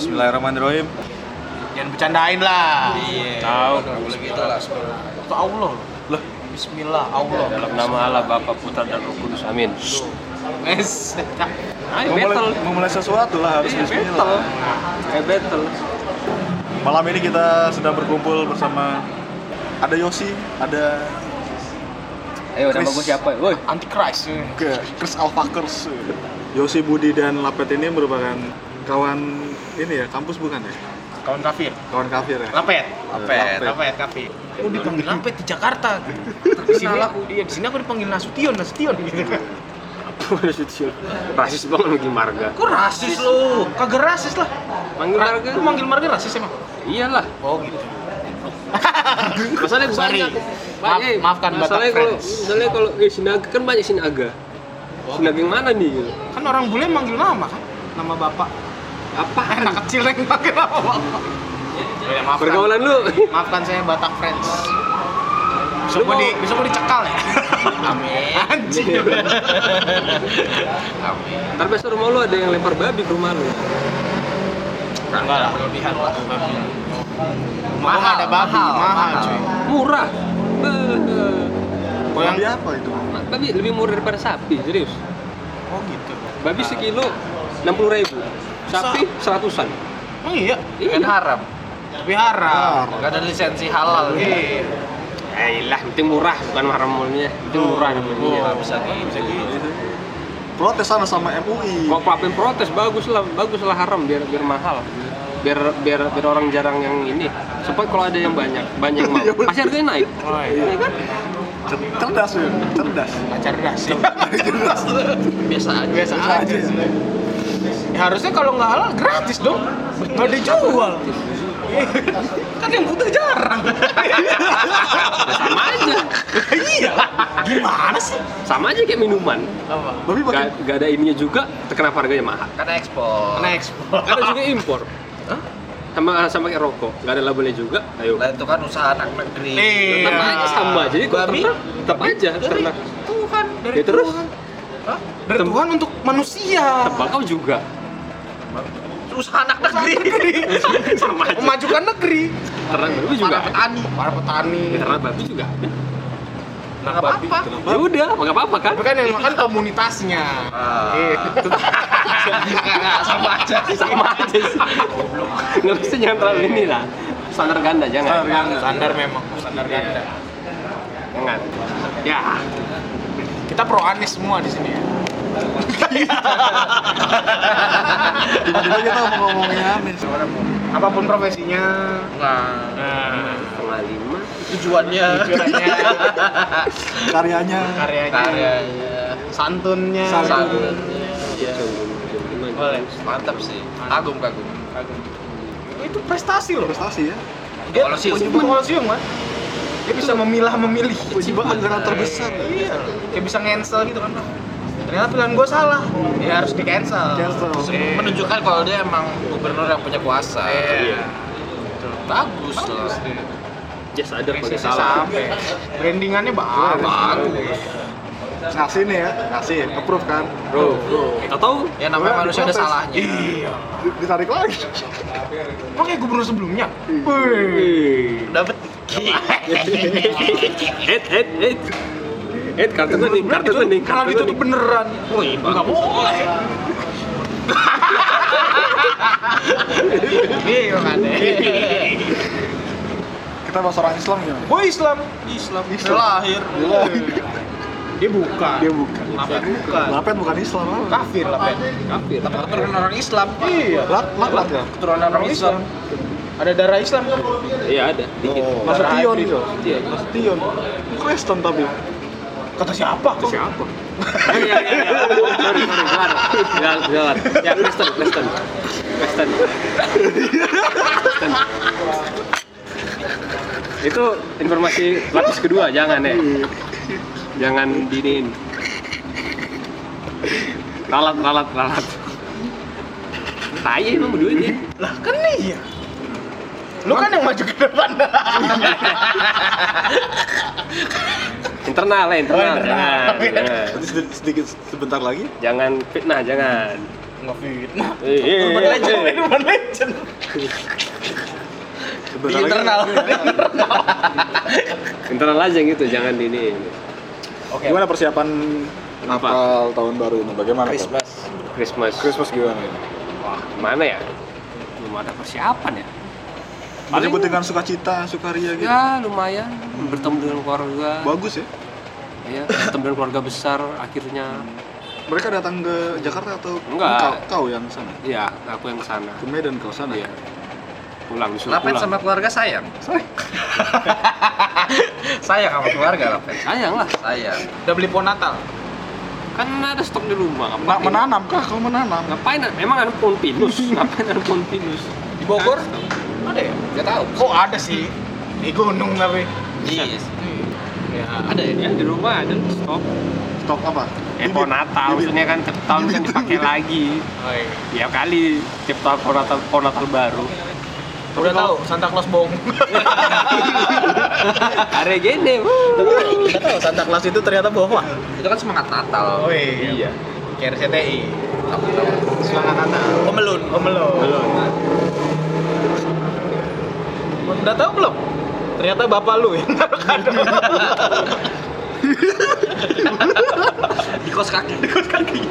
Bismillahirrahmanirrahim. Jangan bercandain lah. Iya. Tahu. Udah boleh gitu lah. Itu Allah. Lah, bismillah Allah. Dalam nama Allah Bapa Putra dan Roh Kudus. Amin. Wes. Ayo Mau mulai, battle. mau mulai sesuatu lah harus Iya, Bismillah. battle. Kayak battle. Malam ini kita sedang berkumpul bersama ada Yosi, ada Ayo, nama Chris. gue Eh, siapa? Woi, Antichrist. eh. ke Chris Alfakers. Yosi Budi dan Lapet ini merupakan kawan ini ya, kampus bukan ya? Kawan kafir. Kawan kafir ya? Lapet. Lapet. Lapet kafir. Aku dipanggil Lapet di Jakarta. Di sini aku, iya di sini aku dipanggil Nasution, Nasution gitu. rasis banget manggil marga. Kok rasis lu? Kagak rasis lah. Manggil Ra- marga. Lu manggil marga rasis emang? Iyalah. Oh gitu. Masalahnya Sorry. banyak. Maaf- banyak. maafkan Batak Masalahnya kalau Friends. misalnya kalau eh, sinaga kan banyak sinaga. Sinaga yang mana nih? Gitu. Kan orang bule manggil nama kan? Nama bapak. Apa? Anak kecil yang pakai nama bapak. Ya, maafkan. Pergaulan lu. Maafkan saya Batak Friends. Besok Lu gua mau- di besok gua dicekal ya. Amin. Anjir. Amin. Ntar besok rumah lu ada yang lempar babi ke rumah lu. Enggak lah, berlebihan lah. Mahal, ada babi, mahal, mahal, cuy. Murah. Be- Kok yang Babi apa itu? Babi lebih murah daripada sapi, serius. Oh gitu. Babi sekilo 60 ribu, sapi seratusan. Oh iya. Iya. Kan haram. Tapi haram. Gak ada lisensi halal. Iya. Ayolah, Eh, penting murah bukan haram mulnya, penting murah namanya. Bisa gitu. Protes sana sama MUI. Kok papen protes bagus lah, bagus lah haram biar biar mahal. Biar biar biar orang jarang yang ini. Supaya kalau ada yang banyak, banyak yang mau, pasti harganya naik. Iya, Oh iya. Iya kan? Cer- Cerdas ya, cerdas. Nggak cerdas sih. cerdas. Biasa aja. Iya, Biasa aja. sih. Ya, harusnya kalau nggak halal gratis dong. Nggak dijual. kan yang butuh jarang. Ya, Sama aja. iya. Gimana sih? Sama aja kayak minuman. Apa? Babi pakai Gak, gak ada ininya juga, kenapa harganya mahal? Karena ekspor. Next. Ada juga impor. Hah? Sama sama kayak rokok, gak ada labelnya juga. Ayo. Lah itu kan usaha anak negeri. Iya. tetap aja sama jadi kok Babi? Iya. ternak tetap aja Dari ternak Tuhan, dari ya terus Tuhan. Hah? Dari Tuhan untuk manusia. tebal kau juga Usaha anak negeri. sama aja Memajukan negeri. ternak babi juga Para ada. petani. Para petani. Ya, ternak babi juga ada. Nah, apa-apa. ya udah nggak apa-apa kan Tapi kan yang makan komunitasnya. Ah. Iya. Nggak, sama aja. sama aja sih nggak bisa jangan terlalu ini lah standar ganda jangan Standar memang, standar ganda. jangan Iya. ya Kita pro Anies semua di sini ya. tiba-tiba kita mau ngomongin Amin. Apapun profesinya, Nah, setengah lima tujuannya. tujuannya, Karyanya. karyanya, Karyanya. santunnya, Santunnya. Iya. jam jam lima jam Boleh. Mantap sih. Kagum kagum. Itu prestasi loh. Prestasi ya. Dia Kalau sih penyumbang kalau siung, Mas. Dia bisa memilah memilih. Penyumbang anggaran terbesar. Iya. Kayak bisa cancel gitu kan. Pak. Ternyata pilihan gue salah. Ya harus di cancel. Cancel. menunjukkan kalau dia emang gubernur yang punya kuasa. Iya. Bagus loh. ya sadar kalau dia Bisnisnya salah sampai. Brandingannya bagus. Bagus. Ngasih nih ya, ngasih. Approve kan. bro atau Ya namanya manusia ada salahnya. Iya. Ditarik lagi. Emang kayak gubernur sebelumnya. Dapat. Ed, ed, ed. Ed, kartu kuning, kartu Itu kuning, Kalau kartu ditutup kuning. beneran. Oh, iya. Wih, enggak boleh. Bingung ada. Iya. Kita bahas orang Islam ya. gimana? Gue Islam. Islam. Lahir. Dia bukan. Dia bukan. Lapet bukan. Lapet bukan Islam ah. apa? Kafir Lapet. Kafir. Tapi keturunan orang Islam. Iya. Lat, lat, lat ya? Keturunan orang Islam. Ada darah Islam kan? Iya ada, dikit. Masuk Darah Tion hybrid. itu. Iya. Masuk Tion. Kristen tapi. Kata siapa? Kok? Siapa? Iya, iya, iya. Sorry, sorry, gelar. Gelar, gelar. Ya, Kristen, Kristen. Kristen. Kristen. Itu informasi lapis kedua, jangan ya. Jangan dinin. Ralat, ralat, ralat. Tai emang ya? berdua ini. Lah kan iya. Lu kan yang maju ke depan. Internal ya, internal. Oh, internal. Jangan, jangan. Nanti sedikit, sedikit sebentar lagi. Jangan fitnah, jangan. nggak fitnah. Iya. Eh, eh, Urban eh, legend, eh. ini urban legend. Di Bentar lagi- internal. internal aja gitu jangan di ini Oke. Gimana persiapan apa Natal tahun baru ini? Bagaimana? Pak? Christmas. Christmas Christmas gimana ini? Wah, gimana ya belum ada persiapan ya Paling- Menyebut dengan sukacita, sukaria gitu. ya lumayan Hmm. bertemu dengan keluarga Bagus ya. ya bertemu dengan keluarga besar akhirnya Mereka datang ke Jakarta atau Enggak. kau, kau yang sana? ya aku yang kesana Ke Medan kau sana. Iya. pulang disuruh Lapen pulang sama keluarga sayang. sayang sama keluarga Lapen. sayang lah Sayang. Udah beli pohon Natal. kan ada stok di rumah ngapain Nak menanam kah? Kau menanam? ngapain emang ada pohon pinus ngapain ada pohon pinus Di Bogor? Ada ya? Gak tahu. Iya. Kok ada sih? Di gunung tapi. Iya. Yes. Ya. Ada ya ya? di rumah ada stok Stok apa? eh Bibit. pohon natal Bibit. maksudnya kan tiap tahun kan dipakai lagi Oh, iya. ya kali tiap tahun pohon natal pohon natal baru Udah tahu Santa Claus bohong. ada gini Gak tahu Santa Claus itu ternyata bohong. Itu kan semangat Natal. iya. iya Kayak RCTI. Aku tahu. Semangat Natal. Omelun. Belum. belum Udah tahu belum? Ternyata bapak lu yang naruh kado. Di kos kaki.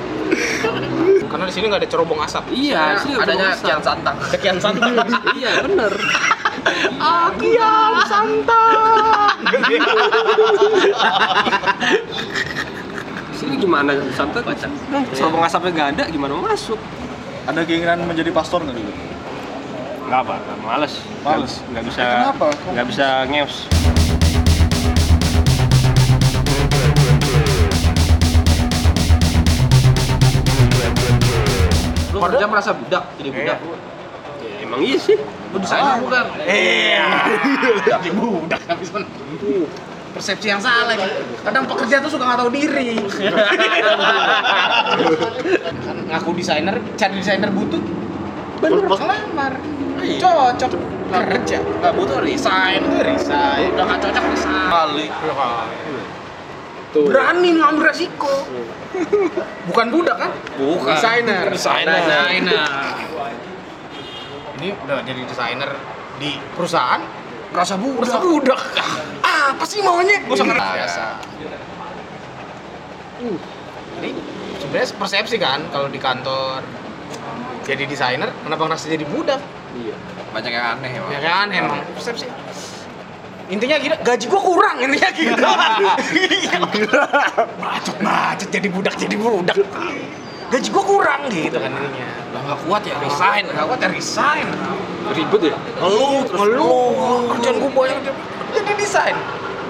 Karena di sini nggak ada cerobong asap. iya sih Adanya belum kian santang. Sekian santan. masak. iya bener Sekian santan. sini gimana santai serobong asapnya nggak ada gimana mau masuk Ada keinginan menjadi pastor nggak dulu? nggak apa nggak, males Eh, Males? Nggak- nggak bisa Kenapa? nggak bisa ngeus Lu kerja merasa budak jadi Iya. budak. Ya, emang iya sih Lu di sana bukan? Iya. Persepsi yang salah ini. Kadang pekerja tuh suka nggak tahu diri. Ngaku desainer, cari desainer butuh. Bener, ngelamar. Cocok kerja. Nggak butuh resign. Resign. Udah nggak cocok resign. Kali. Berani ngambil resiko. Bukan budak kan? Hmm. Bukan. Desainer. Desainer. Desainer. Ini udah jadi desainer di perusahaan Merasa budak. Merasa budak. Ah, apa sih maunya? Gue sangat Biasa. Uh. Jadi sebenarnya persepsi kan kalau di kantor jadi desainer kenapa ngerasa jadi budak? iya Banyak yang aneh emang. Ya kan emang persepsi. Intinya gini, gaji gua kurang intinya gitu. Iya. bacot bacot jadi budak jadi budak. Gaji gua kurang gitu kan intinya. Udah nggak kuat ya resign. Gak kuat ya resign. ribet ya Ngeluh terus Ngeluh, kerjaan gua banyak jadi desain.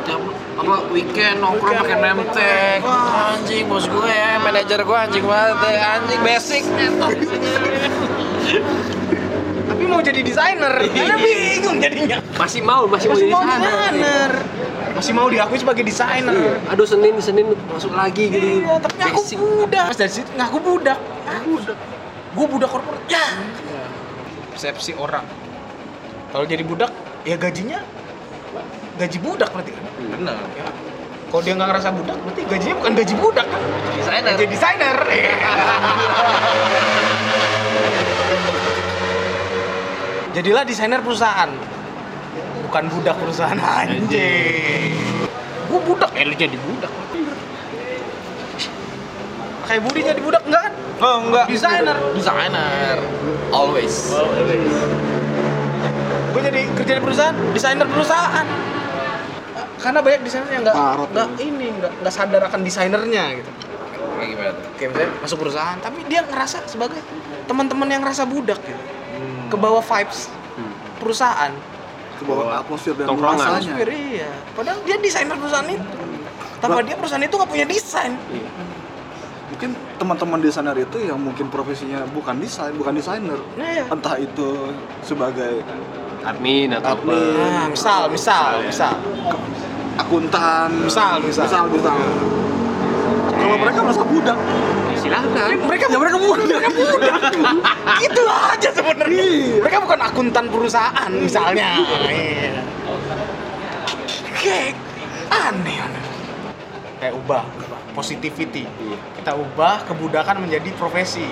Tiap apa weekend nongkrong pakai nemtek anjing bos gue ya, manajer gue anjing banget eh. anjing basic Tapi mau jadi desainer, karena bingung jadinya. masih mau masih, Iya. Masih mau mau jadi sana desainer. Masih mau diakui sebagai desainer. aduh senin senin masuk lagi gitu Iya, tapi aku Basic. budak. Mas dari situ ngaku budak. Aku budak. Gue budak korporat. Ya. Persepsi orang. Kalau jadi budak, ya gajinya gaji budak berarti kan. bener Ya. Kalau dia nggak ngerasa budak, berarti gajinya bukan gaji budak kan? desainer Gaji desainer. ya. Jadilah desainer perusahaan. Bukan budak perusahaan anjing. Gue budak, ya lu jadi budak. Kayak Budi jadi budak enggak kan? Oh, enggak. Desainer. desainer always Gue jadi kerja di perusahaan, desainer perusahaan. Karena banyak desainer yang enggak Parah tuh. enggak ini enggak enggak sadar akan desainernya gitu. Kayak gimana tuh kayak misalnya masuk perusahaan tapi dia ngerasa sebagai teman-teman yang ngerasa budak gitu Hmm. ke bawah vibes perusahaan Ke bawah atmosfer dan Tongkrongan. nuansanya. atmosfer iya padahal dia desainer perusahaan itu tanpa dia perusahaan itu nggak punya desain Iya. Mungkin teman-teman desainer itu yang mungkin profesinya bukan desain, bukan desainer. nah, iya. Entah itu sebagai admin atau apa Admin. Nah, misal misal Iya. misal akuntan, Misal, misal. misal, misal. Kalau mereka merasa budak, Ya, silahkan mereka ya mereka budak mereka budak itu aja sebenarnya mereka bukan akuntan perusahaan misalnya Iya. kayak aneh aneh. kayak ubah positivity Iya. kita ubah kebudakan menjadi profesi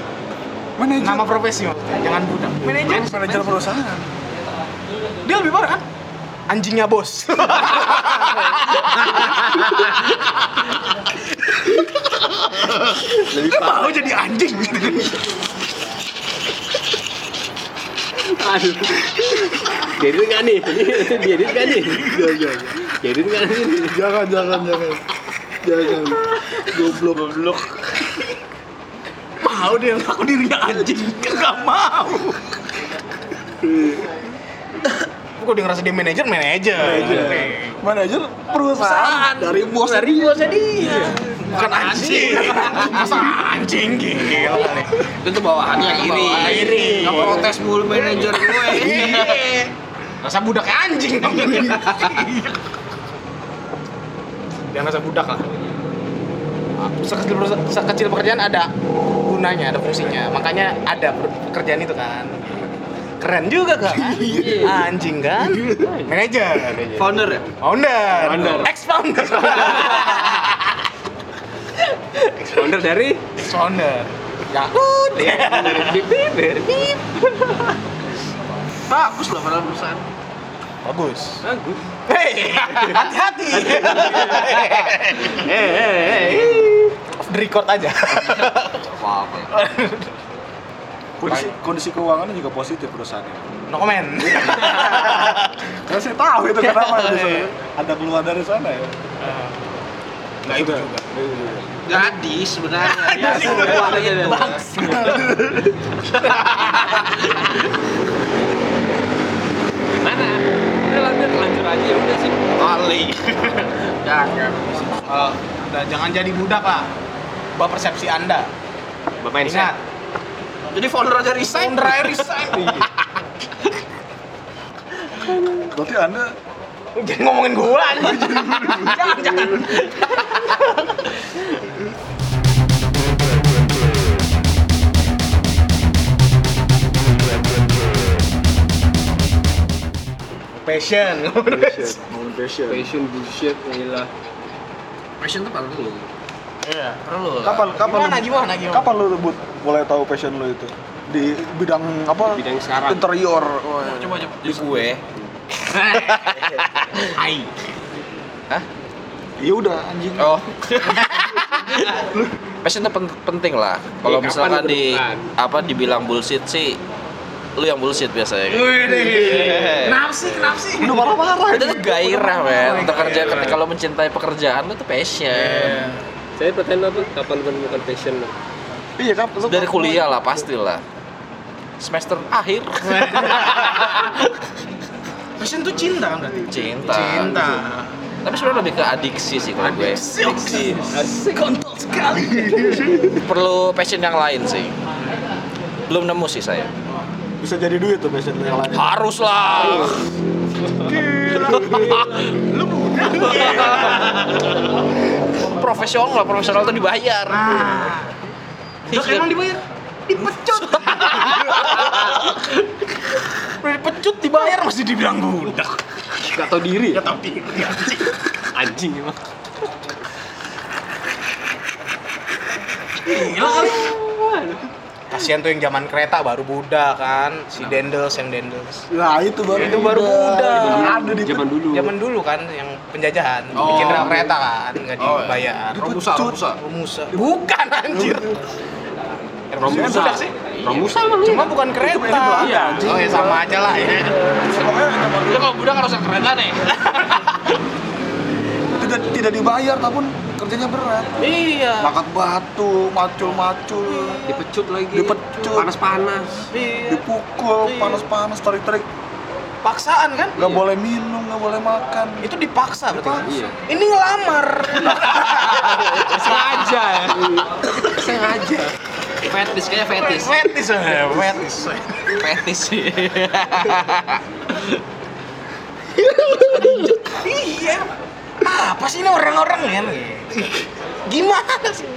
Manajer. Nama profesi maksudnya, jangan budak. Manajer. manajer perusahaan. Dia lebih parah kan? Anjingnya bos. Lebih Lu mau jadi anjing. Aduh. Jadi nggak nih? Jadi nggak nih? Jadi nggak nih? Jangan, jangan, jangan. Jangan. Goblok, goblok. mau dia ngaku dirinya anjing. Gak mau. Kok dia ngerasa dia manajer, manajer. Iya. Manajer perusahaan dari bos Dari bosnya dia. Bukan anjing. Masa anjing gila nih. Itu tuh Iya, bawahannya iri. iri. Nggak Iya. protes mulu manajer gue. Iya. Rasa budak anjing. Iya. Jangan rasa budak lah. Sekecil, sekecil pekerjaan ada gunanya, ada fungsinya. Makanya ada pekerjaan itu kan. Keren juga kan? Iya. Anjing kan? Manajer. Founder ya? Founder. Founder. Ex founder. Founder dari? Ex founder. Ya. tut. Iya, Dari Bibir. Bagus loh padahal perusahaan. Bagus. Bagus. Hei, hati-hati. Eh, eh, eh. Off the record aja. Apa-apa ya. Kondisi, kondisi keuangannya juga positif perusahaannya. No comment. Karena Ya, saya tahu itu kenapa ya, bisa ada keluar dari sana ya. Nah, Nggak itu juga. Gadis sebenarnya. Iya, Gadis sebenarnya. Mana? Udah lanjut, lanjut aja ya udah sih. Kali. Jangan. Ya, Eh, udah, jangan jadi budak lah. Buat persepsi Anda. Bapak ini Ingat, Jadi founder aja resign. founder aja resign. Berarti Anda Jangan ngomongin gua anjing. jangan, jangan. Passion. passion, ngomongin passion. Fashion bullshit, gila. Passion tuh paling dulu. Iya. Perlu. Kapan kapan Gimana, lu- gimana, gimana? Kapan lu rebut mulai tahu passion lu itu? Di bidang apa? Bidang sekarang. Interior. Oh, iya. Wah. Coba coba. Di gue. Hai. Ya udah anjing. Oh. Passion tuh pen- penting lah. Kalau Iya, kapan misalkan di ditemukan? apa dibilang bullshit sih, lu yang bullshit biasanya. Kenapa sih? Kenapa sih? Oh Udah marah-marah. Itu tuh gairah, men. Untuk kerja Gairah. ketika lu mencintai pekerjaan lu tuh passion. Saya pertanyaan apa? Kapan menemukan passion? Iya kan lu- Dari kuliah lah pastilah. Semester akhir Passion tuh cinta kan berarti? cinta. Cinta. Tapi sebenarnya lebih ke adiksi sih kalau gue. Adiksi. Kontol sekali. Perlu passion yang lain sih. Belum nemu sih saya. bisa jadi duit tuh passion lu yang lain. Haruslah. Lu budak. profesional, profesional tuh dibayar. Nah. Dok Iya. emang dibayar? Dipecut. Udah dipecut dibayar masih dibilang budak. Gak tau diri Ya ya? tapi Anjing emang. gila kali. Kasihan tuh yang zaman kereta baru budak kan, si Dendels yang Dendels. Nah, itu baru Itu baru udah. Ada di Zaman dulu. Zaman dulu kan yang penjajahan, Oh. bikin rel kereta kan, nggak dibayar. Robusa, robusa. Romusa. Bukan anjir. Romusa. Romusa. Budak sih. Romusa emang iya. Cuma bukan kereta. Iya. Oh ya sama aja lah ya. Lu kalau budak harus yang kan ya? kereta nih. tidak tidak dibayar tapi kerjanya berat. Ah. Iya. Makat batu, macul-macul, Dipecut lagi. Dipecut. Panas-panas. dipukul, panas-panas, tarik-tarik, Paksaan kan? nggak boleh minum, nggak boleh makan. Itu dipaksa berarti. kan? Iya. Ini ngelamar. Sengaja ya. Sengaja. Fetis kayaknya fetis. Wetis, eh, wetis. Fetis sih. Iya. Apa sih ini orang-orang ya? Gimana sih?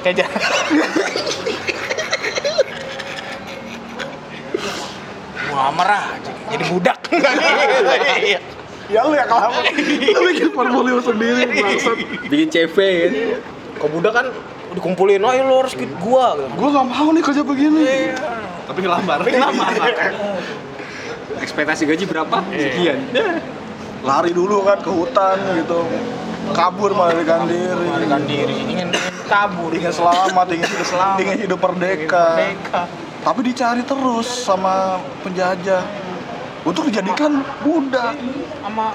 Kayak jar- Muamar aja, jadi budak. Iya. Ya lu yang lama, lu bikin portfolio sendiri maksud. Bikin CV kan. Kok budak kan dikumpulin, oh lu harus ikut gua gitu. Gue gak mau nih kerja begini. Tapi ngelamar. Tapi ngelamar. ekspektasi gaji berapa sekian Lari dulu kan ke hutan gitu. Kabur melarikan diri. Melarikan diri, ingin, ingin kabur, ingin Ingin selamat, ingin hidup selamat, ingin hidup perdeka. merdeka. Tapi dicari terus sama penjajah untuk dijadikan budak. Sama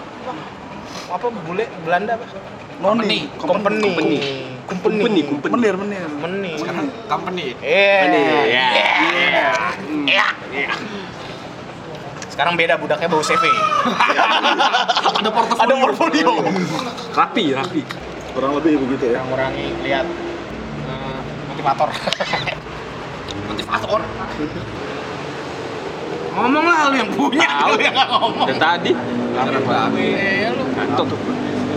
apa bule Belanda apa? Noni, Company. Company. Company, company. Menir, menir. Company. company Iya. Iya. Iya. Iya. Sekarang beda budaknya bau CV. ada portofolio Ada portfolio. rapi rapi Kurang lebih begitu ya. Mengurangi lihat eh, motivator. motivator Ngomong lah lu yang punya, lu yang nggak ngomong. dan tadi Kenapa? Iya, lu ngantuk